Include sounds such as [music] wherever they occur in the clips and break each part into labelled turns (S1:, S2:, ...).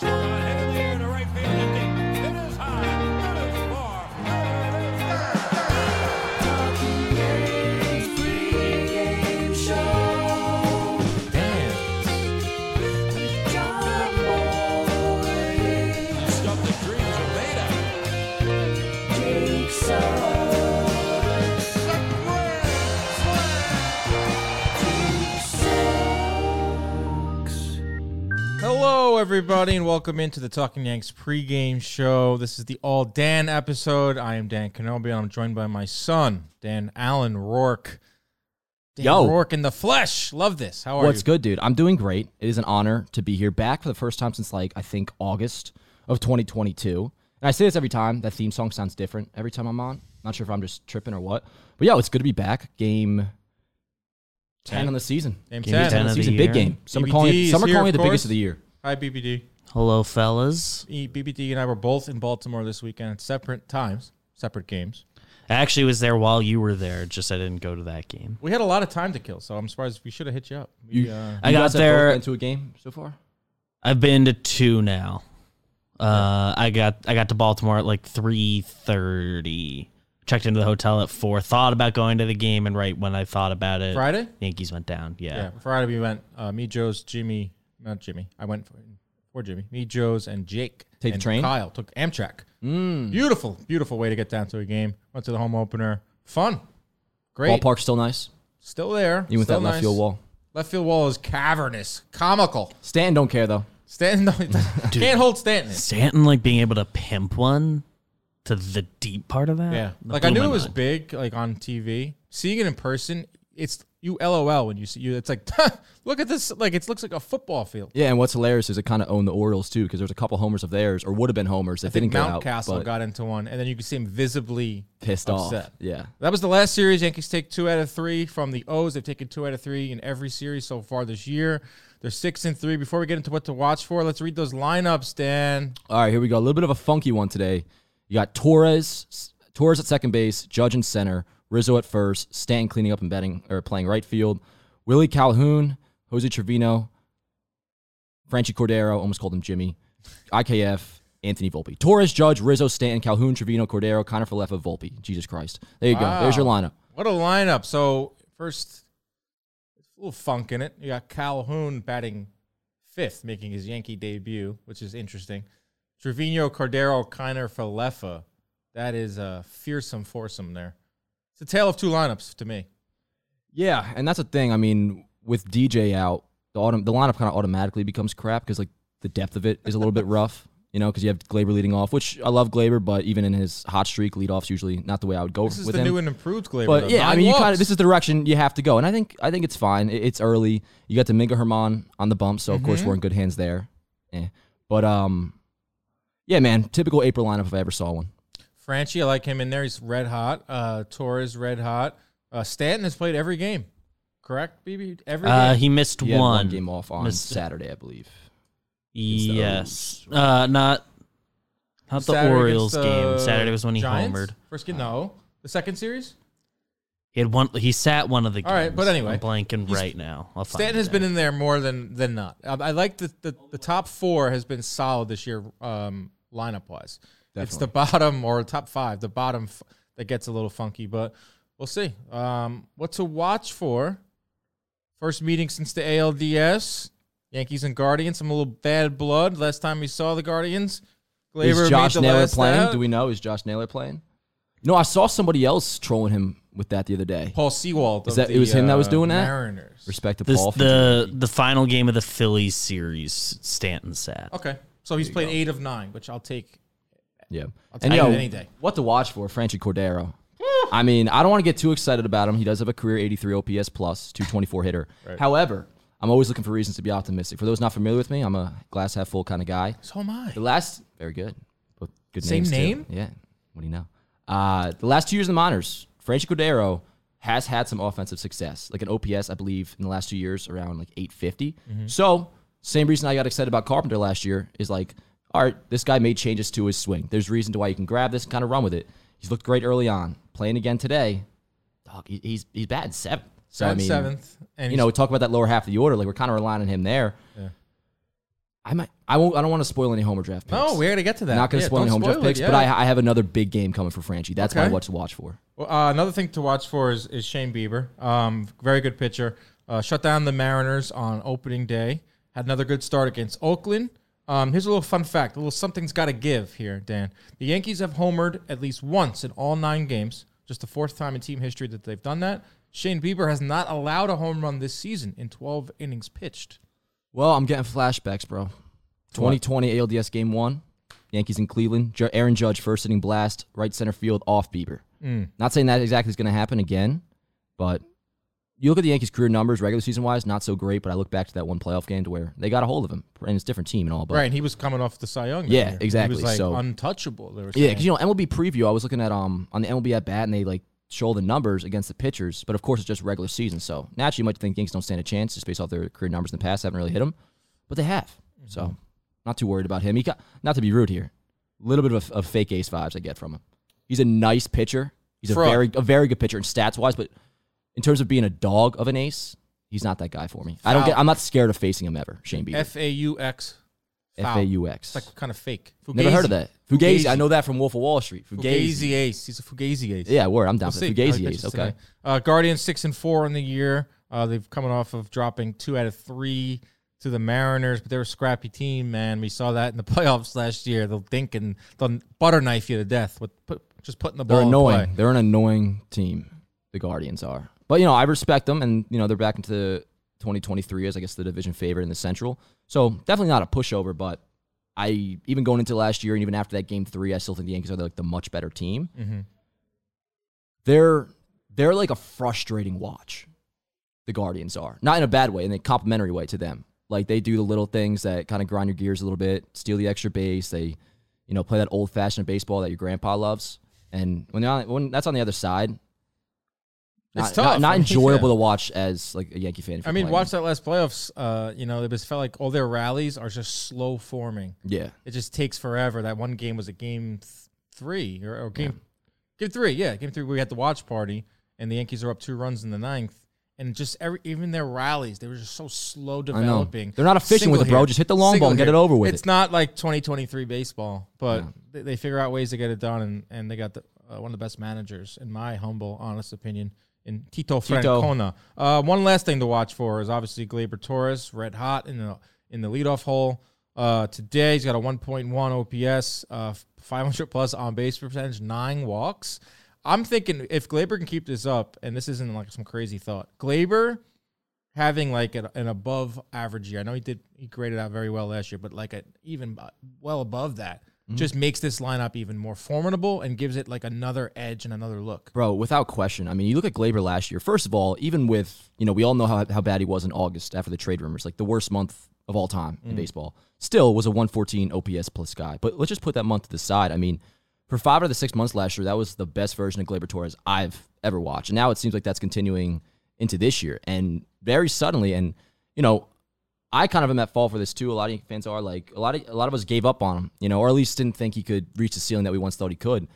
S1: Shot head in the air to right field and deep. It is high. It is far. It is good. Stuff the dreams of Veda.
S2: Hello, everybody, and welcome into the Talking Yanks pregame show. This is the All Dan episode. I am Dan Kenobi, and I'm joined by my son, Dan Allen Rourke. Dan
S3: Yo.
S2: Rourke in the flesh. Love this. How are
S3: What's
S2: you?
S3: good, dude? I'm doing great. It is an honor to be here back for the first time since like I think August of 2022. And I say this every time that theme song sounds different every time I'm on. Not sure if I'm just tripping or what. But yeah, it's good to be back. Game 10
S2: Ten.
S3: on the season.
S2: Game
S4: Game
S2: 10.
S4: ten.
S3: On the
S4: of the
S3: season,
S4: year.
S3: big game. Some are calling
S2: BBD
S3: it,
S2: is
S3: some are
S2: here,
S3: calling it
S2: of
S3: the biggest
S2: course.
S3: of the year.
S2: Hi, BBD.
S4: Hello, fellas.
S2: E- BBD and I were both in Baltimore this weekend at separate times, separate games.
S4: I actually was there while you were there, just I didn't go to that game.
S2: We had a lot of time to kill, so I'm surprised we should have hit you up. We,
S3: You-
S2: uh,
S4: I
S3: You guys have both
S4: got there.
S3: been to a game so far.
S4: I've been to two now. Uh, I got I got to Baltimore at like three thirty. Checked into the hotel at four. Thought about going to the game, and right when I thought about it,
S2: Friday?
S4: Yankees went down. Yeah,
S2: Yeah, Friday we went. Uh, me, Joe's, Jimmy, not Jimmy. I went for, for Jimmy. Me, Joe's, and Jake.
S3: Take the
S2: and
S3: train? Mm.
S2: Kyle took Amtrak. Beautiful, beautiful way to get down to a game. Went to the home opener. Fun, great.
S3: Ballpark's still nice.
S2: Still there.
S3: Even with
S2: Still
S3: that left
S2: nice.
S3: field wall.
S2: Left field wall is cavernous, comical.
S3: Stan don't care though.
S2: Stanton [laughs]
S3: [laughs]
S2: no, he doesn't- can't hold Stanton. in.
S4: Stanton like being able to pimp one to the deep part of that.
S2: Yeah,
S4: that
S2: like I
S4: blew
S2: knew
S4: my
S2: it was
S4: mind.
S2: big, like on TV. Seeing it in person, it's you LOL when you see you. It's like [laughs] look at this. Like it looks like a football field.
S3: Yeah, and what's hilarious is it kind of owned the Orioles too because there was a couple homers of theirs or would have been homers that
S2: I think
S3: didn't go
S2: Mount
S3: out.
S2: Castle
S3: but
S2: got into one, and then you could see him visibly
S3: pissed
S2: upset.
S3: off. Yeah.
S2: That was the last series. Yankees take two out of three from the O's. They've taken two out of three in every series so far this year. They're six and three. Before we get into what to watch for, let's read those lineups, Dan.
S3: All right, here we go. A little bit of a funky one today. You got Torres, Torres at second base, Judge in center, Rizzo at first, Stanton cleaning up and betting or playing right field, Willie Calhoun, Jose Trevino, Franchi Cordero, almost called him Jimmy, IKF, Anthony Volpe, Torres, Judge, Rizzo, Stanton, Calhoun, Trevino, Cordero, Connor Falefa, Volpe. Jesus Christ, there you
S2: Wow.
S3: go. There's your lineup.
S2: What a lineup. So, first, it's a little funk in it. You got Calhoun batting fifth, making his Yankee debut, which is interesting. Trevino, Cordero, Kiner, Falefa. That is a fearsome foursome there. It's a tale of two lineups to me.
S3: Yeah, and that's the thing. I mean, with DJ out, the autom- the lineup kind of automatically becomes crap because like the depth of it is a little bit rough. You know, because you have Glaber leading off, which I love Glaber, but even in his hot streak, leadoff's usually not the way I would go
S2: This is
S3: with
S2: the
S3: him.
S2: new and improved Glaber.
S3: but
S2: though.
S3: yeah, I
S2: Nine
S3: mean, you kind
S2: walks.
S3: of this is the direction you have to go, and I think I think it's fine. It- it's early. You got Domingo Herman on the bump, so of course
S2: Mm-hmm.
S3: we're in good hands there. Eh. But um, yeah, man, typical April lineup if I ever saw one.
S2: Franchi, I like him in there. He's red hot. Uh, Torres, red hot. Uh, Stanton has played every game, correct? BB, every
S4: Uh,
S2: game.
S4: he missed
S3: He had one,
S4: one.
S3: game off on
S4: Missed-
S3: Saturday, I believe. the
S4: Yes, uh, not not the
S2: Saturday
S4: Orioles
S2: against, uh,
S4: game. Saturday was when he
S2: Giants?
S4: homered.
S2: First game, no. The second series,
S4: He had one. He sat one of the games.
S2: All right, but anyway,
S4: I'm blanking
S2: he's-
S4: right now. I'll find
S2: Stanton
S4: it
S2: has been
S4: out.
S2: in there more than than not. I, I like the, the the top four has been solid this year, um, lineup wise. It's the bottom or top five, the bottom f- that gets a little funky, but we'll see. Um, what to watch for? First meeting since the ALDS. Yankees and Guardians. Some little bad blood. Last time we saw the Guardians, Glaber
S3: is Josh
S2: made the
S3: Naylor
S2: last
S3: playing?
S2: out.
S3: Do we know is Josh Naylor playing? No, I saw somebody else trolling him with that the other day.
S2: Paul Sewald.
S3: Is
S2: of
S3: that- it
S2: the,
S3: was him that was
S2: uh,
S3: doing that?
S2: Mariners.
S3: Respect to
S4: This,
S3: Paul.
S4: the the final game of the Phillies series. Stanton sat.
S2: Okay, so he's played eight of nine, which I'll take.
S3: yeah,
S2: take
S3: yo,
S2: it any day.
S3: what to watch for? Franchi Cordero. I mean, I don't want to get too excited about him. He does have a career 83 OPS plus 224 hitter. However, I'm always looking for reasons to be optimistic. For those not familiar with me, I'm a glass half full kind of guy.
S2: So am I.
S3: The last, very good. Both good
S2: Same
S3: names, too.
S2: name?
S3: Yeah. What do you know? Uh, the last two years in the minors, Franchi Cordero has had some offensive success, like an OPS, I believe, in the last two years around like 850.
S2: Mm-hmm.
S3: So, same reason I got excited about Carpenter last year is like, all right, this guy made changes to his swing. There's reason to why you can grab this and kind of run with it. He's looked great early on. Playing again today, dog, he- he's he's batting seventh. So I
S2: Batting
S3: mean,
S2: seventh, and
S3: you know, we talk about that lower half of the order. Like we're kind of relying on him there. I might. I won't. I don't want to spoil any homer draft picks.
S2: No, we're gonna Oh, get to that.
S3: not going to
S2: Yeah,
S3: spoil any
S2: don't
S3: homer draft
S2: spoil it,
S3: picks.
S2: yeah.
S3: But I, I have another big game coming for Franchi. That's my
S2: Okay.
S3: what to watch for.
S2: Well, uh, another thing to watch for is, is Shane Bieber. Um, very good pitcher. Uh, shut down the Mariners on opening day. Had another good start against Oakland. Um, here's a little fun fact. A little something's got to give here, Dan. The Yankees have homered at least once in all nine games. Just the fourth time in team history that they've done that. Shane Bieber has not allowed a home run this season in 12 innings pitched.
S3: Well, I'm getting flashbacks, bro. 2020 ALDS game one, Yankees in Cleveland. Ju- Aaron Judge first inning blast, right center field off Bieber.
S2: Mm.
S3: Not saying that exactly is going to happen again, but you look at the Yankees' career numbers, regular season wise, not so great. But I look back to that one playoff game to where they got a hold of him, and it's a different team and all. But
S2: right, and he was coming off the Cy Young. that
S3: Yeah,
S2: year.
S3: exactly,
S2: He was like
S3: so-
S2: untouchable. They were
S3: Yeah,
S2: saying.
S3: because you know MLB preview, I was looking at um on the MLB at bat, and they like show the numbers against the pitchers, but of course it's just regular season, so naturally you might think Yankees don't stand a chance just based off their career numbers in the past. Haven't really hit them, but they have,
S2: Mm-hmm.
S3: so not too worried about him. He got not to be rude here, a little bit of, of fake ace vibes I get from him. He's a nice pitcher. He's a
S2: Fraud.
S3: very a very good pitcher in stats wise, but in terms of being a dog of an ace, he's not that guy for me. I don't
S2: Foul.
S3: get. I'm not scared of facing him ever. Shane Bieber.
S2: F A U X.
S3: F A U X.
S2: It's like kind of fake.
S3: Never heard
S2: Fugazi.
S3: of that. Fugazi. I
S2: Fugazi.
S3: know that from Wolf of Wall Street. Fugazi.
S2: Fugazi ace. He's a Fugazi ace.
S3: Yeah, word. I'm down
S2: We'll
S3: for
S2: see.
S3: the
S2: I like
S3: Fugazi
S2: that
S3: Ace.
S2: just
S3: Okay.
S2: tonight. Uh, Guardians six and four on the year. Uh, they've coming off of dropping two out of three to the Mariners, but they're a scrappy team, man. We saw that in the [laughs] playoffs last year. They'll dink and they'll butter knife you to death with put, just putting the
S3: They're
S2: ball. in
S3: annoying.
S2: play.
S3: They're an annoying team. The Guardians are. But, you know, I respect them. And, you know, they're back into the 2023 as, I guess, the division favorite in the Central. So definitely not a pushover. But I, even going into last year and even after that game three, I still think the Yankees are like the much better team. They're, they're like a frustrating watch. The Guardians are. Not in a bad way, in a complimentary way to them. Like they do the little things that kind of grind your gears a little bit, steal the extra base. They you know, play that old fashioned baseball that your grandpa loves. And when, they're on, when that's on the other side, not,
S2: It's
S3: not-
S2: tough.
S3: not
S2: I mean, [laughs]
S3: enjoyable
S2: yeah.
S3: to watch as like a Yankee fan. if
S2: I
S3: you're
S2: mean,
S3: playing
S2: watch that last playoffs. Uh, you know, it just felt like all their rallies are just slow forming.
S3: them. Yeah,
S2: It just takes forever. That one game was a game th- three or, or game game three. Yeah, game three. We had the watch party, and the Yankees are up two runs in the ninth. And just every even their rallies, they were just so slow
S3: know.
S2: developing.
S3: They're not efficient with it, bro. Just hit the long ball and get it over with
S2: It's
S3: it.
S2: not like 2023 baseball, but they, they figure out ways to get it done, and, and they got the, uh, one of the best managers, in my humble, honest opinion, in Tito Francona. Uh, one last thing to watch for is obviously Glaber Torres, red hot in the in the leadoff hole. Uh, today he's got a 1.1 OPS, uh, 500 plus on base percentage, nine walks. I'm thinking if Glaber can keep this up, and this isn't like some crazy thought, Glaber having like an, an above average year. I know he did he graded out very well last year, but like a even bu- well above that
S3: Mm-hmm.
S2: just makes this lineup even more formidable and gives it like another edge and another look.
S3: bro, without question. I mean, you look at Glaber last year. First of all, even with you know, we all know how, how bad he was in August after the trade rumors, like the worst month of all time in baseball. Still was a 114 OPS plus guy. But let's just put that month to the side. I mean, for five out of the six months last year, that was the best version of Glaber Torres I've ever watched. And now it seems like that's continuing into this year, and very suddenly, and you know, I kind of am at fault for this too. A lot of Yankee fans are like a lot of a lot of us gave up on him, you know, or at least didn't think he could reach the ceiling that we once thought he could.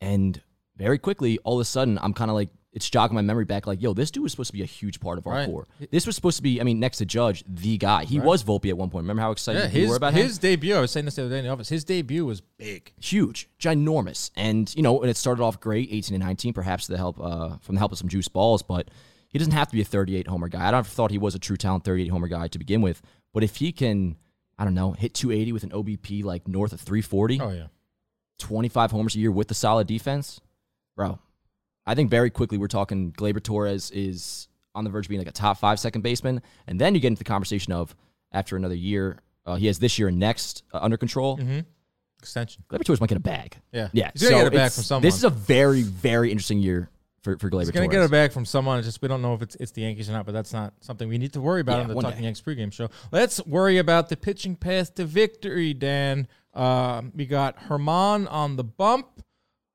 S3: And very quickly, all of a sudden, I'm kind of like it's jogging my memory back. Like, yo, this dude was supposed to be a huge part of our
S2: Right.
S3: core. This was supposed to be, I mean, next to Judge, the guy. He was Volpe at one point. Remember how excited
S2: Yeah,
S3: we were
S2: his
S3: about him?
S2: his debut. I was saying this the other day in the office. His debut was big.
S3: huge, ginormous, and you know, and it started off great, eighteen and nineteen, perhaps the help uh, from the help of some juice balls, but he doesn't have to be a thirty-eight homer guy. I don't thought he was a true talent thirty-eight homer guy to begin with, but if he can, I don't know, hit two eighty with an OBP like north of three forty,
S2: Oh yeah.
S3: 25 homers a year with the solid defense, bro, I think very quickly we're talking Glaber Torres is on the verge of being like a top five second baseman. And then you get into the conversation of after another year, uh, he has this year and next uh, under control.
S2: Mm-hmm. Extension.
S3: Glaber Torres might get a bag.
S2: Yeah.
S3: Yeah.
S2: He's gonna get a bag
S3: it's-
S2: from someone.
S3: This is a very, very interesting year for, for Glaber
S2: He's gonna
S3: Torres.
S2: get it back from someone. It's just we don't know if it's it's the Yankees or not, but that's not something we need to worry about
S3: Yeah,
S2: on the
S3: one
S2: Talking
S3: day.
S2: Yanks pregame show. Let's worry about the pitching path to victory, Dan. Um, we got Herman on the bump.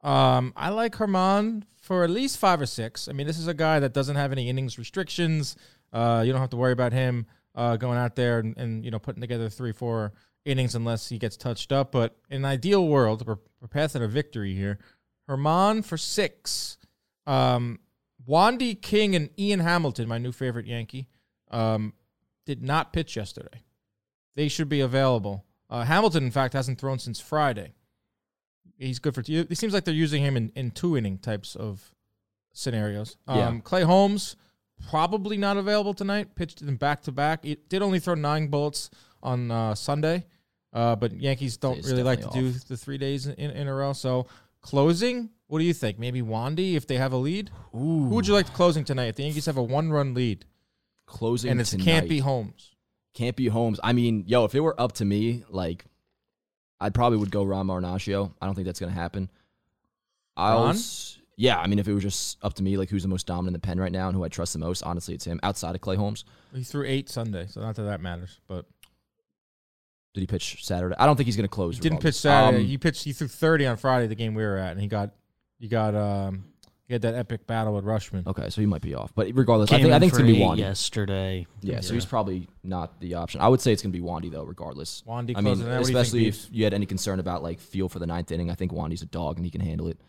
S2: Um, I like Herman for at least five or six. I mean, this is a guy that doesn't have any innings restrictions. Uh, you don't have to worry about him uh, going out there and, and you know putting together three, four innings unless he gets touched up. But in an ideal world, we're, we're passing a victory here. Herman for six. Um, Wandy King and Ian Hamilton, my new favorite Yankee, um, did not pitch yesterday. They should be available. Uh, Hamilton, in fact, hasn't thrown since Friday. He's good for two. It seems like they're using him in, in two inning types of scenarios. Um,
S3: Yeah.
S2: Clay Holmes, probably not available tonight. Pitched in back to back. He did only throw nine bullets on uh, Sunday, uh, but Yankees don't
S3: He's
S2: really like to
S3: definitely
S2: do the three days in, in a row. So closing, what do you think? Maybe Wandy if they have a lead. Who would you like closing tonight? If the Yankees have a one-run lead
S3: Closing
S2: and it
S3: tonight.
S2: can't be Holmes.
S3: can't be Holmes. I mean, yo, if it were up to me, like, I probably would go Ron Marnacio. I don't think that's gonna happen. I'll,
S2: Ron?
S3: s- yeah, I mean, if it was just up to me, like, who's the most dominant in the pen right now and who I trust the most, honestly, it's him. Outside of Clay Holmes,
S2: He threw eight Sunday, so not that that matters. But
S3: did he pitch Saturday? I don't think he's gonna close.
S2: he didn't pitch
S3: regardless.
S2: Saturday.
S3: Um,
S2: he pitched. He threw thirty on Friday, the game we were at, and he got he got um he had that epic battle with Rushman.
S3: okay, so he might be off, but regardless, I
S4: Came
S3: think I
S4: in
S3: think it's
S4: for
S3: gonna be
S4: eight
S3: Wandy.
S4: yesterday.
S3: Yeah, so he's probably not the option. I would say it's gonna be Wandy though, regardless.
S2: Wandy
S3: I mean,
S2: closing that. What do you think,
S3: especially
S2: Biebs?
S3: if you had any concern about like feel for the ninth inning, I think Wandy's a dog and he can handle it.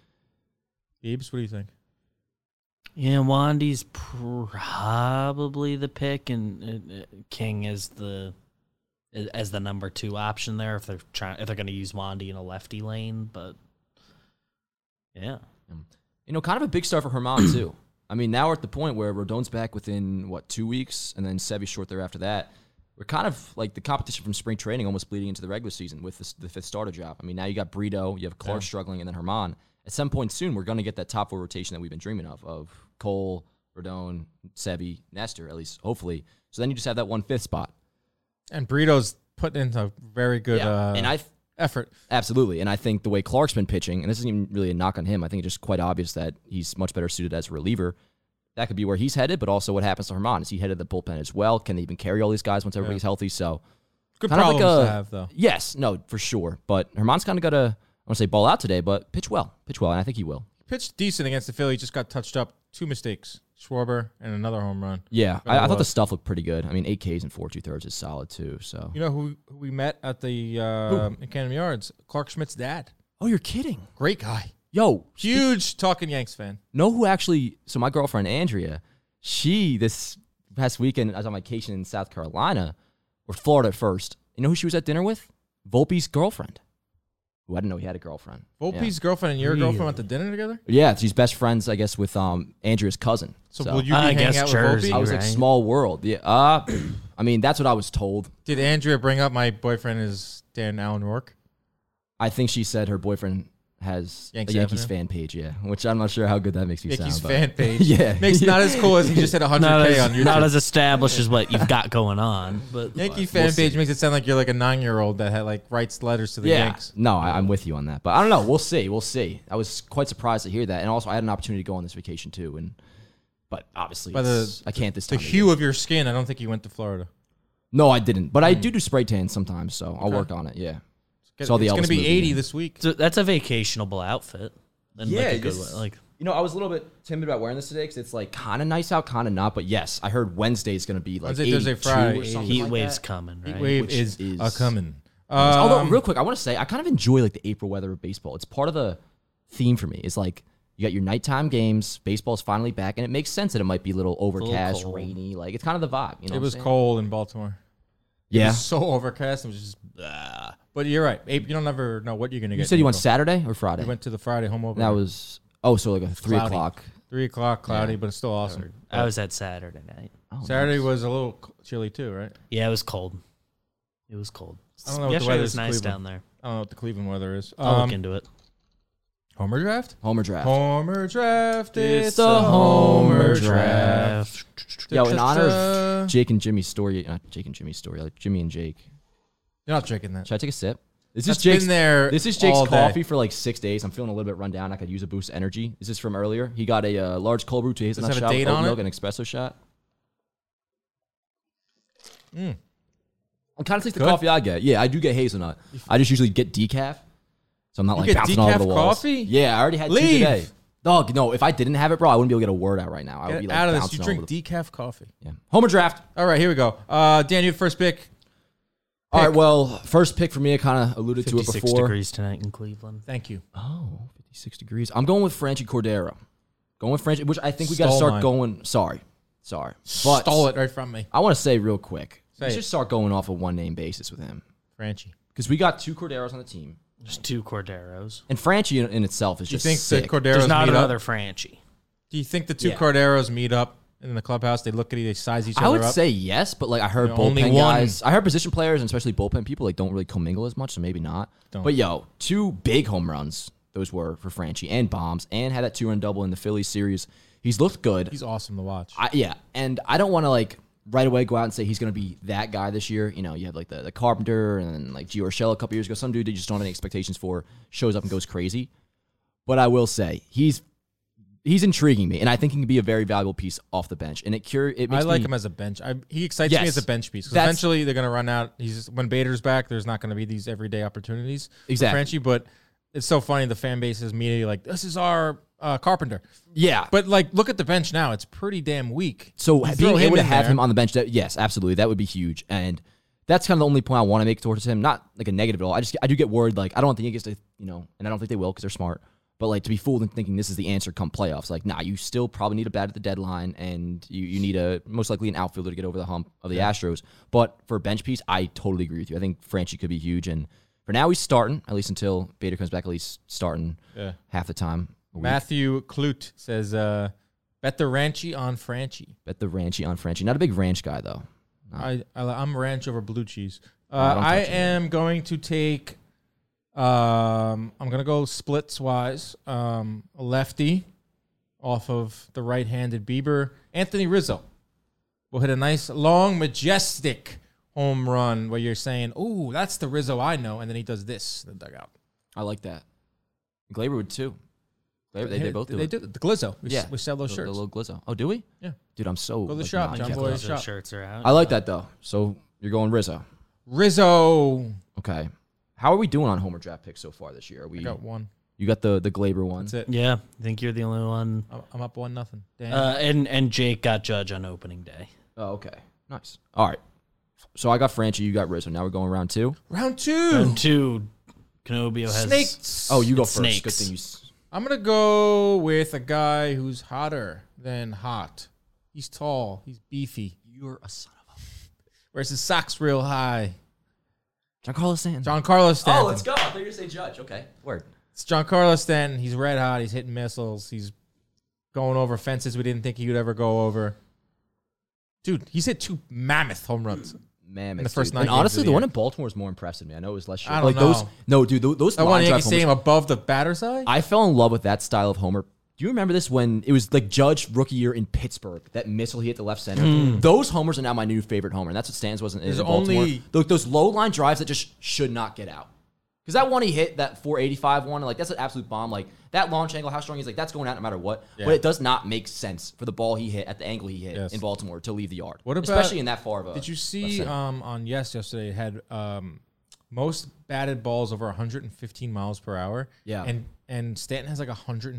S2: Gibbs, what do you think?
S4: Yeah, Wandy's probably the pick, and uh, uh, King is the as the number two option there if they're trying if they're going to use Wandy in a lefty lane. But yeah,
S3: You know, kind of a big start for Herman too. I mean, now we're at the point where Rodon's back within what two weeks, and then Sevy's short there after that. We're kind of like the competition from spring training almost bleeding into the regular season with this, the fifth starter job. I mean, now you got Brito, you have Clark struggling, and then Herman. At some point soon, we're going to get that top four rotation that we've been dreaming of of Cole, Rodon, Sevy, Nestor, at least hopefully. So then you just have that one fifth spot.
S2: And Burrito's putting in a very good uh,
S3: and I th-
S2: effort.
S3: Absolutely. And I think the way Clark's been pitching, and this isn't even really a knock on him, I think it's just quite obvious that he's much better suited as a reliever. That could be where he's headed, but also what happens to Herman. Is he headed to the bullpen as well? Can they even carry all these guys once everybody's healthy? So
S2: Good
S3: kind of like
S2: problems
S3: a
S2: to have though.
S3: yes, no, for sure. But Herman's kind of got to, I want to say ball out today, but pitch well, pitch well, and I think he will.
S2: Pitched decent against the Phillies, just got touched up. Two mistakes, Schwarber and another home run.
S3: Yeah, I,
S2: Kinda
S3: I thought the
S2: was.
S3: stuff looked pretty good. I mean, eight Ks and four two thirds is solid too. So
S2: You know who, who we met at the uh, in Camden Yards? Clark Schmidt's dad.
S3: oh, you're kidding,
S2: Great guy.
S3: yo,
S2: Huge talking Yanks fan.
S3: know who actually so my girlfriend andrea she this past weekend i was on vacation in south carolina or florida first you know who she was at dinner with volpe's girlfriend who i didn't know he had a girlfriend
S2: Volpe's girlfriend and your girlfriend went to dinner together.
S3: yeah. yeah she's best friends i guess with um andrea's cousin
S2: So,
S3: so,
S2: will you be
S4: I
S2: hanging
S4: guess
S2: out
S4: Jersey.
S2: with
S3: i
S2: Volpe?
S3: was like
S4: right?
S3: small world yeah uh [clears throat] i mean that's what i was told
S2: Did Andrea bring up my boyfriend is Dan Allen Rourke?
S3: i think she said her boyfriend has
S2: Yanks
S3: a yankees
S2: Avenue?
S3: fan page yeah which i'm not sure how good that makes you
S2: Yankees
S3: sound but-
S2: fan page.
S3: [laughs] Yeah.
S2: Makes not as cool as he
S3: [laughs]
S2: just hit 100K
S4: not as,
S2: on YouTube.
S4: not as established as what you've got going on. But
S2: Yankee fan page makes it sound like you're like a nine year old that had like writes letters to the
S3: yeah.
S2: Yanks.
S3: No, I, I'm with you on that. But I don't know. We'll see. We'll see. I was quite surprised to hear that. And also, I had an opportunity to go on this vacation too. And but obviously,
S2: By the-
S3: it's- I can't this
S2: The
S3: time. of year.
S2: hue of your skin, I don't think you went to Florida.
S3: no, I didn't. But I
S4: Mm.
S3: do do spray tan sometimes, so I'll work on it. Yeah.
S2: It's
S3: Saw
S2: going
S3: the
S2: to
S3: Elvis
S2: be
S3: movie,
S2: 80
S3: yeah.
S2: this week.
S4: So that's a vacationable outfit. And like a good
S3: this-
S4: one, like
S3: you know, I was a little bit timid about wearing this today because it's like kind of nice out, kind of not. But yes, I heard Wednesday is going to be like
S2: Wednesday,
S3: 82
S2: Thursday, Friday,
S3: or something
S4: heat
S3: like
S4: waves
S3: that.
S4: coming, right?
S2: Wave
S3: Which
S2: is,
S3: is-
S2: a coming.
S3: Although,
S2: Um,
S3: real quick, I want to say I kind of enjoy like the April weather of baseball. It's part of the theme for me. It's like you got your nighttime games. Baseball's finally back, and it makes sense that it might be a little
S4: little
S3: overcast,
S4: cold.
S3: rainy. Like it's kind of the vibe. You know,
S2: it
S3: what
S2: was
S3: I'm saying?
S2: cold in Baltimore. It
S3: Yeah.
S2: was so overcast. It was just. blah. But you're right. Ape, you don't ever know what you're going to get.
S3: You said you
S2: in
S3: went
S2: April.
S3: Saturday or Friday.
S2: We went to the Friday home opener.
S3: that was oh, so like a three
S2: Cloudy.
S3: o'clock.
S2: 3 o'clock, cloudy, but it's still awesome.
S4: I was at Saturday night.
S3: Oh,
S2: Saturday was a little c- chilly too, right?
S4: Yeah, it was cold. It was cold.
S2: I don't know what the
S4: Yesterday
S2: weather
S4: was
S2: is in
S4: nice
S2: Cleveland.
S4: down there.
S2: I don't know what the Cleveland weather is.
S3: Oh,
S4: I'll
S2: Um,
S4: look into it.
S2: homer draft?
S3: Homer draft.
S2: Homer draft. It's,
S3: the
S2: a homer
S3: Homer
S4: Uh,
S2: draft.
S3: Yo, in honor
S2: Da-da-da.
S3: of Jake and Jimmy's story, not Jake and Jimmy's story, like Jimmy and Jake.
S2: You're not drinking that.
S3: Should I take a sip? This
S2: That's
S3: is Jake's.
S2: been there
S3: This is Jake's
S2: all day.
S3: coffee for like six days. I'm feeling a little bit run down. I could use a boost of energy. Is this from earlier? He got a uh, large cold brew to his
S2: Does it
S3: nut
S2: have a
S3: shot, with
S2: date
S3: oat
S2: on it?
S3: milk, and espresso shot. I'm kind of like the
S2: Hmm. Good.
S3: coffee I get. Yeah, I do get hazelnut. I just usually get decaf, so I'm not like
S2: get
S3: bouncing all over the
S2: decaf
S3: walls.
S2: coffee?
S3: Yeah, I already had
S2: Leave.
S3: two today. Dog, no. If I didn't have it, bro, I wouldn't be able to get a word out right now. I would
S2: Get
S3: be like
S2: out of this.
S3: bouncing
S2: You
S3: all
S2: drink
S3: over the-
S2: decaf coffee.
S3: yeah. Homer draft.
S2: All right, here we go. Uh, Dan, you have first pick.
S3: All right. Well, first pick for me. I kind of alluded to it
S4: 56
S3: before.
S4: degrees tonight in Cleveland.
S2: Thank you.
S3: Oh, 56 degrees. I'm going with Franchi Cordero. Going with Franchi, which I think we got to
S2: Stole
S3: start
S2: mine.
S3: going. Sorry. Sorry. But
S2: Stole it right from me.
S3: I want to say real quick
S2: Say
S3: We
S2: it.
S3: should start going off a one name basis with him
S2: Franchi.
S3: because we got two Corderos on the team,
S4: There's two Corderos.
S3: and Franchi in, in itself is
S2: Do you
S3: just
S2: think
S3: sick.
S2: the Corderos
S4: There's not
S2: meet
S4: another
S2: up?
S4: Franchi.
S2: Do you think the two
S3: Yeah.
S2: Corderos meet up in the clubhouse? They look at each, they size each
S3: I
S2: other
S3: would
S2: up.
S3: say yes, but like I heard
S2: Yeah,
S3: bullpen
S2: only one.
S3: guys, I heard position players and especially bullpen people like don't really commingle as much, so maybe not. But yo, two big home runs those were for Franchi and bombs, and had that two run double in the Phillies series. He's looked good.
S2: he's awesome to watch.
S3: I, yeah, and I don't want to like right away go out and say he's going to be that guy this year. You know, you have like the, the Carpenter and then like Gio Urshela a couple years ago. Some dude that you just don't have any expectations for shows up and goes crazy. But I will say he's he's intriguing me, and I think he can be a very valuable piece off the bench. And it cure it
S2: I
S3: makes
S2: like
S3: me-
S2: him as a bench. I, he excites
S3: Yes.
S2: me as a bench piece. 'cause
S3: That's-
S2: Eventually, they're going to run out. He's just, when Bader's back, there's not going to be these everyday opportunities. for
S3: Exactly.
S2: Franchi, but it's so funny. The fan base is immediately like, "This is our uh, Carpenter."
S3: yeah. But
S2: But like, look at the bench now. It's pretty damn weak.
S3: so
S2: You throw
S3: being able to
S2: in
S3: have
S2: there,
S3: him on the bench, that yes, absolutely, that would be huge. And that's kind of the only point I want to make towards him. Not like a negative at all. I just I do get worried. Like I don't think he gets to you know, and I don't think they will because they're smart. But like to be fooled into thinking this is the answer come playoffs. Like nah, you still probably need a bat at the deadline, and you you need a most likely an outfielder to get over the hump of the Astros. But for a bench piece, I totally agree with you. I think Franchi could be huge, and for now he's starting at least until Bader comes back. At least starting
S2: Yeah.
S3: half the time. a week.
S2: Matthew Clute says, uh, "Bet the Ranchi on Franchi."
S3: Bet the Ranchi on Franchi. Not a big ranch guy though.
S2: I, I I'm ranch over blue cheese.
S3: I
S2: Uh,
S3: don't
S2: I
S3: touch it
S2: am going to take. Um, I'm gonna go splits wise. Um, a lefty off of the right-handed Bieber. Anthony Rizzo will hit a nice long majestic home run where you're saying, "Oh, that's the Rizzo I know," and then he does this in the dugout.
S3: I like that. Glaber would too. Glaber, they, they both do.
S2: They
S3: it.
S2: do the Glizzo. We,
S3: Yeah,
S2: yeah, we sell those
S3: the,
S2: shirts.
S3: The little glizzo. Oh, do we?
S2: Yeah.
S3: Dude, I'm so.
S2: Go to the
S3: like,
S2: shop,
S3: not
S2: John
S3: kept
S2: Boy.
S3: up.
S4: Those
S2: shop.
S4: shirts are out.
S3: I like that though. So you're going Rizzo.
S2: Rizzo.
S3: Okay. How are we doing on Homer draft picks so far this year? Are we?
S2: I got one.
S3: You got the the Glaber one.
S2: That's it.
S4: yeah, I think you're the only one.
S2: I'm, I'm up one nothing. Damn.
S4: Uh, and and Jake got judge on opening day.
S3: Oh, okay. Nice. All right. So I got Franchi. You got Rizzo. Now we're going round two.
S2: round two.
S4: And two, Canobio has
S2: Snakes.
S3: Oh, you go
S4: It's
S3: first. Good
S4: snakes.
S3: thing you. s-
S2: I'm gonna go with a guy who's hotter than hot. He's tall. He's beefy.
S4: You're a son of
S2: Wears his socks real high.
S3: John Carlos Stanton.
S2: John Carlos Stanton.
S3: Oh, go. I thought you were saying Judge. Okay. Word.
S2: It's John Carlos Stanton. He's red hot. He's hitting missiles. He's going over fences we didn't think he would ever go over. Dude, he's hit two mammoth home runs.
S3: Mammoth.
S2: first
S3: dude.
S2: nine
S3: And
S2: games of
S3: honestly,
S2: the
S3: the, one
S2: year.
S3: in Baltimore is more impressive. Man, I know it was less. Short.
S2: I don't
S3: like those.
S2: know.
S3: No, dude. tho- Those.
S2: That one
S3: line drive
S2: Yankee
S3: homers-
S2: Stadium above the batter's eye.
S3: I fell in love with that style of homer. Do you remember this when it was like Judge rookie year in Pittsburgh? That missile he hit the left center. Those homers are now my new favorite homer, and that's what Stans wasn't in
S2: Hmm. There's
S3: Baltimore.
S2: only-
S3: Tho- those low line drives that just should not get out. Because that one he hit, that 485 one, like that's an absolute bomb. Like that launch angle, how strong he's like, that's going out no matter what. But it does not make sense for the ball he hit at the angle he hit
S2: Yes.
S3: in Baltimore to leave the yard.
S2: What about-
S3: especially in that far of a?
S2: Did you
S3: left
S2: see
S3: center.
S2: um, on Yes yesterday? It had um, most batted balls over 115 miles per hour.
S3: Yeah.
S2: and and Stanton has like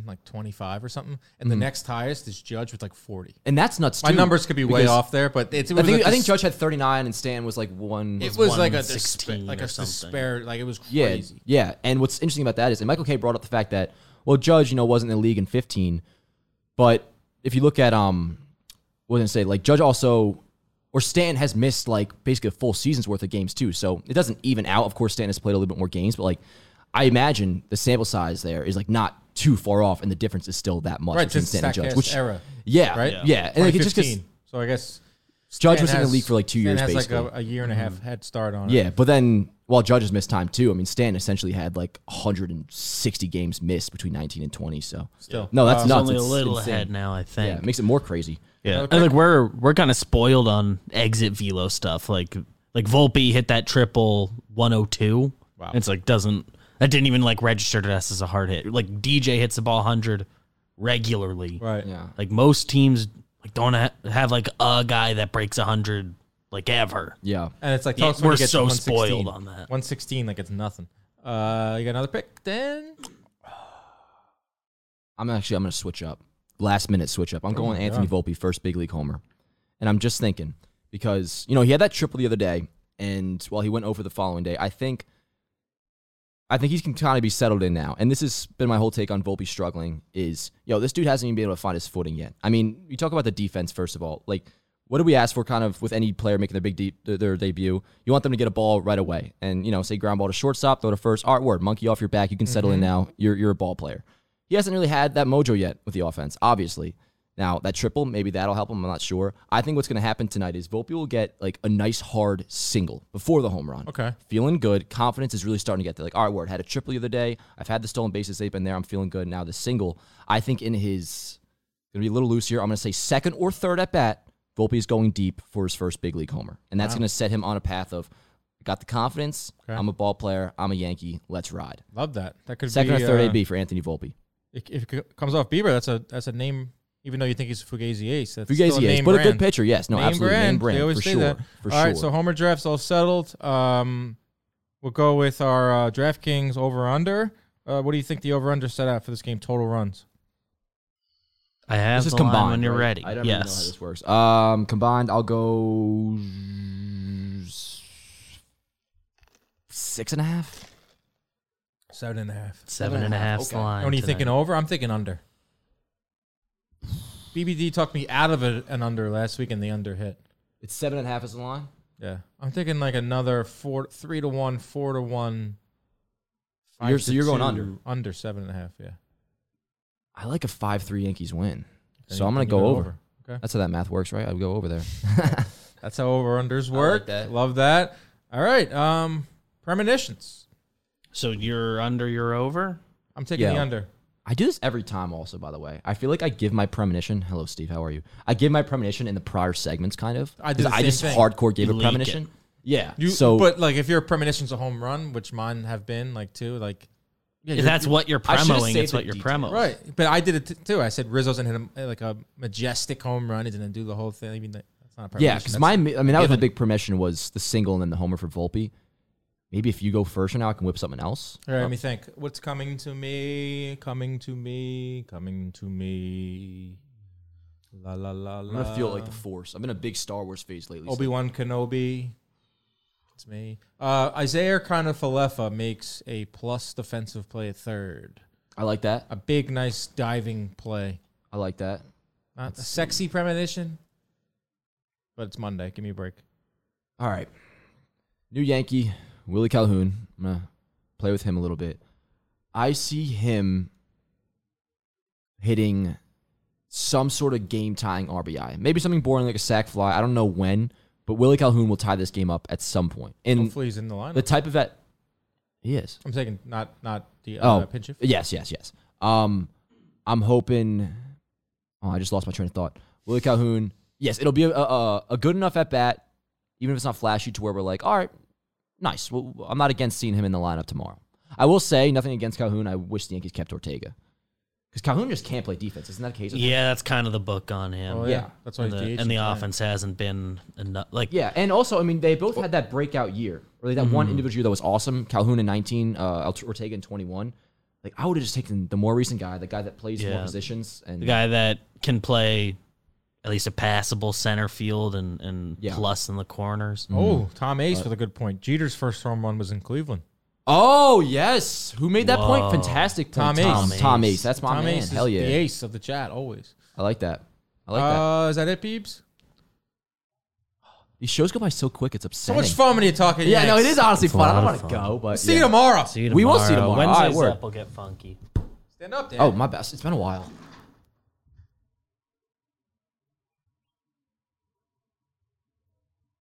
S2: 125 or something, and the
S3: Mm-hmm.
S2: next highest is Judge with like 40.
S3: and that's nuts.
S2: My
S3: too,
S2: numbers could be way
S3: because
S2: off there, but it's, it
S3: I
S2: was
S3: think
S2: like
S3: I think
S2: this-
S3: Judge had 39 and Stan was like one.
S2: it was like a
S4: 116
S2: despair, like a
S4: or something.
S2: despair, like it was
S3: Yeah,
S2: crazy.
S3: yeah. And what's interesting about that is, and Michael K brought up the fact that well, Judge, you know, wasn't in the league in 15, but if you look at um, what did I say? Like Judge also, or Stan has missed like basically a full season's worth of games too, so it doesn't even out. Of course, Stan has played a little bit more games, but like I imagine the sample size there is like not too far off, and the difference is still that much
S2: Right,
S3: between
S2: since
S3: Stan and Judge.
S2: Statcast
S3: Which
S2: era,
S3: yeah,
S2: right?
S3: yeah, and like, it just gets
S2: 2015. so I guess
S3: Judge
S2: Stanton
S3: was in the
S2: has-
S3: league for like two
S2: Stanton
S3: years,
S2: has
S3: basically. Mm-hmm.
S2: like a, a year and a half head start on. it.
S3: Yeah, but then while judges missed time too, I mean Stan essentially had like 160 games missed between 19 and 20. So
S2: Still.
S3: no, that's
S2: Wow.
S3: nuts.
S4: only a
S3: It's
S4: little
S3: insane.
S4: ahead now. I
S3: Yeah,
S4: think.
S3: it makes it more crazy.
S4: Yeah,
S2: Okay.
S4: I think we're we're kind of spoiled on exit velo stuff. Like like Volpe hit that triple 102.
S2: Wow.
S4: It's like doesn't that didn't even like register to us as a hard hit. Like DJ hits the ball 100 regularly.
S2: right.
S3: Yeah,
S4: Like most teams like don't ha- have like a guy that breaks 100 like ever.
S3: yeah.
S2: And it's like
S4: Yeah,
S2: tell us when
S4: we're
S2: you get to
S4: so
S2: 116.
S4: spoiled on that.
S2: 116, like it's nothing. Uh, you got another pick then?
S3: I'm actually I'm gonna switch up. Last minute switch
S4: Oh
S3: up. I'm going Anthony Volpe first big league homer, and I'm just thinking because you know he had that triple the other day, and while he went over the following day, I think. I think he can kind of be settled in now. And this has been my whole take on Volpe struggling is, yo, this dude hasn't even been able to find his footing yet. I mean, you talk about the defense, first of all. Like, what do we ask for kind of with any player making their big de- their- their debut? You want them to get a ball right away and, you know, say ground ball to shortstop, throw to first, art word, monkey off your back, you can settle in now. You're, you're a ball player. He hasn't really had that mojo yet with the offense, obviously. Now, that triple, maybe that'll help him. I'm not sure. I think what's going to happen tonight is Volpe will get like a nice hard single before the home run.
S2: Okay.
S3: Feeling good. Confidence is really starting to get there. Like, all right, Ward had a triple the other day. I've had the stolen bases. They've been there. I'm feeling good. Now, the single, I think in his gonna be a little loose here. I'm gonna say second or third at bat. Volpe is going deep for his first big league homer, and that's gonna set him on a path of got the confidence. I'm a ball player. I'm a Yankee. Let's ride.
S2: Love that. That could
S3: Second
S2: be
S3: or third
S2: uh,
S3: AB for Anthony Volpe.
S2: If, if it comes off Bieber, that's a that's a name. Even though you think he's a Fugazi ace, that's
S3: Fugazi
S2: still a
S3: is,
S2: name
S3: but a
S2: brand.
S3: good pitcher. Yes, no,
S2: name
S3: absolutely
S2: brand.
S3: name brand
S2: They always
S3: for
S2: say
S3: sure.
S2: that.
S3: For
S2: All
S3: sure.
S2: right, so Homer drafts all settled. Um, we'll go with our uh, DraftKings over under. Uh, what do you think the over under set out for this game? Total runs.
S4: I have
S3: this is
S4: the line
S3: combined
S4: when you're
S3: right?
S4: ready.
S3: I don't even know how
S4: yes.
S3: this works. Um, combined, I'll go six and a half.
S2: Seven and a half.
S4: Seven and a half
S3: Okay.
S4: line.
S2: When are you
S4: tonight.
S2: thinking over? I'm thinking under. BBD talked me out of a, an under last week, and the under hit.
S3: It's seven and a half is the line.
S2: Yeah, I'm thinking like another four, three to one, four to one. five
S3: You're- so
S2: to
S3: you're going
S2: two,
S3: under.
S2: under seven and a half. Yeah,
S3: I like a five three Yankees win,
S2: Then
S3: so
S2: you
S3: I'm gonna
S2: can
S3: go over.
S2: Okay,
S3: That's how that math works, right? I'd go over there.
S2: that's how over unders work.
S3: that.
S2: Love that. All right, um, premonitions.
S4: So you're under, you're over?
S2: I'm taking
S3: Yeah.
S2: the under.
S3: I do this every time, also, by the way. I feel like I give my premonition. Hello, Steve. How are you? I give my premonition in the prior segments, kind of.
S2: I do
S3: 'Cause
S2: the
S3: I
S2: same
S3: just
S2: thing.
S3: hardcore gave
S4: You
S3: a
S4: leak
S3: premonition.
S4: it.
S3: Yeah.
S2: You,
S3: so,
S2: but like if your premonition's a home run, which mine have been like two, like
S4: If that's what you're
S3: I should've
S4: premoing,
S3: saved
S4: it's
S3: the
S4: what you're
S3: detail.
S4: premoing.
S2: Right, but I did it t- too. I said Rizzo's gonna hit a, like a majestic home run. He's gonna do the whole thing. I mean, that- that's not a premonition.
S3: yeah, because
S2: That's-
S3: my, I mean, that was my
S2: given.
S3: big premonition was the single and then the homer for Volpe. Maybe if you go first right now, I can whip something else.
S2: All right, let me think. What's coming to me? Coming to me? Coming to me? La la la la.
S3: I'm gonna feel like
S2: Uh,
S3: the force. I'm in a big Star Wars phase lately. so-
S2: Obi Wan Kenobi. It's me. Uh, Isaiah Kind of Falefa makes a plus defensive play at third.
S3: I like that.
S2: A big, nice diving play.
S3: I like that.
S2: Not a sexy premonition, but it's Monday. Give me a break.
S3: All right. New Yankee, Willie Calhoun. I'm going to play with him a little bit. I see him hitting some sort of game tying RBI. Maybe something boring like a sac fly. I don't know when, but Willie Calhoun will tie this game up at some point. And
S2: Hopefully he's in the lineup.
S3: the type of that he is.
S2: I'm taking not not the uh,
S3: Oh,
S2: pinch of.
S3: yes, yes, yes. Um, I'm hoping. Oh, I just lost my train of thought. Willie Calhoun. Yes, it'll be a, a, a good enough at bat, even if it's not flashy, to where we're like, all right, nice. Well, I'm not against seeing him in the lineup tomorrow. I will say nothing against Calhoun. I wish the Yankees kept Ortega because Calhoun just can't play defense. Isn't that the case?
S4: Yeah, that's kind of the book on him.
S2: Oh, yeah.
S3: yeah.
S2: that's why
S4: And
S2: he's
S4: the,
S2: DH
S4: and the
S2: tonight.
S4: offense hasn't been enough. Like,
S3: Yeah, and also, I mean, they both had that breakout year, or like that
S4: Mm-hmm.
S3: one individual year that was awesome. Calhoun in 19, uh, Alt- Ortega in 21. Like, I would have just taken the more recent guy, the guy that plays more
S4: Yeah.
S3: positions, and
S4: the guy that can play at least a passable center field and, and
S3: Yeah.
S4: plus in the corners.
S2: Oh, Tom Ace with a good point. Jeter's first home run was in Cleveland.
S3: Oh yes, who made that point?
S4: Whoa.
S3: Fantastic
S2: Tom
S3: point,
S2: Ace.
S3: Tom Ace. Tom Ace. That's my
S2: Tom
S3: man.
S2: Ace is
S3: Hell
S2: the
S3: yeah,
S2: ace of the chat always.
S3: I like that. I like that.
S2: uh, is that it, Peeps?
S3: These shows go by so quick; it's
S2: So
S3: upsetting.
S2: much fun when you talk.
S3: Yeah, no, it is honestly
S4: a
S3: fun. I don't
S4: lot
S3: want to
S4: of fun.
S3: go, but
S2: See you
S3: yeah.
S2: tomorrow.
S4: See you
S3: We will see tomorrow. All right,
S4: Wednesday's
S3: word.
S4: up will get funky.
S2: Stand up, Dan.
S3: Oh my best. It's been a while.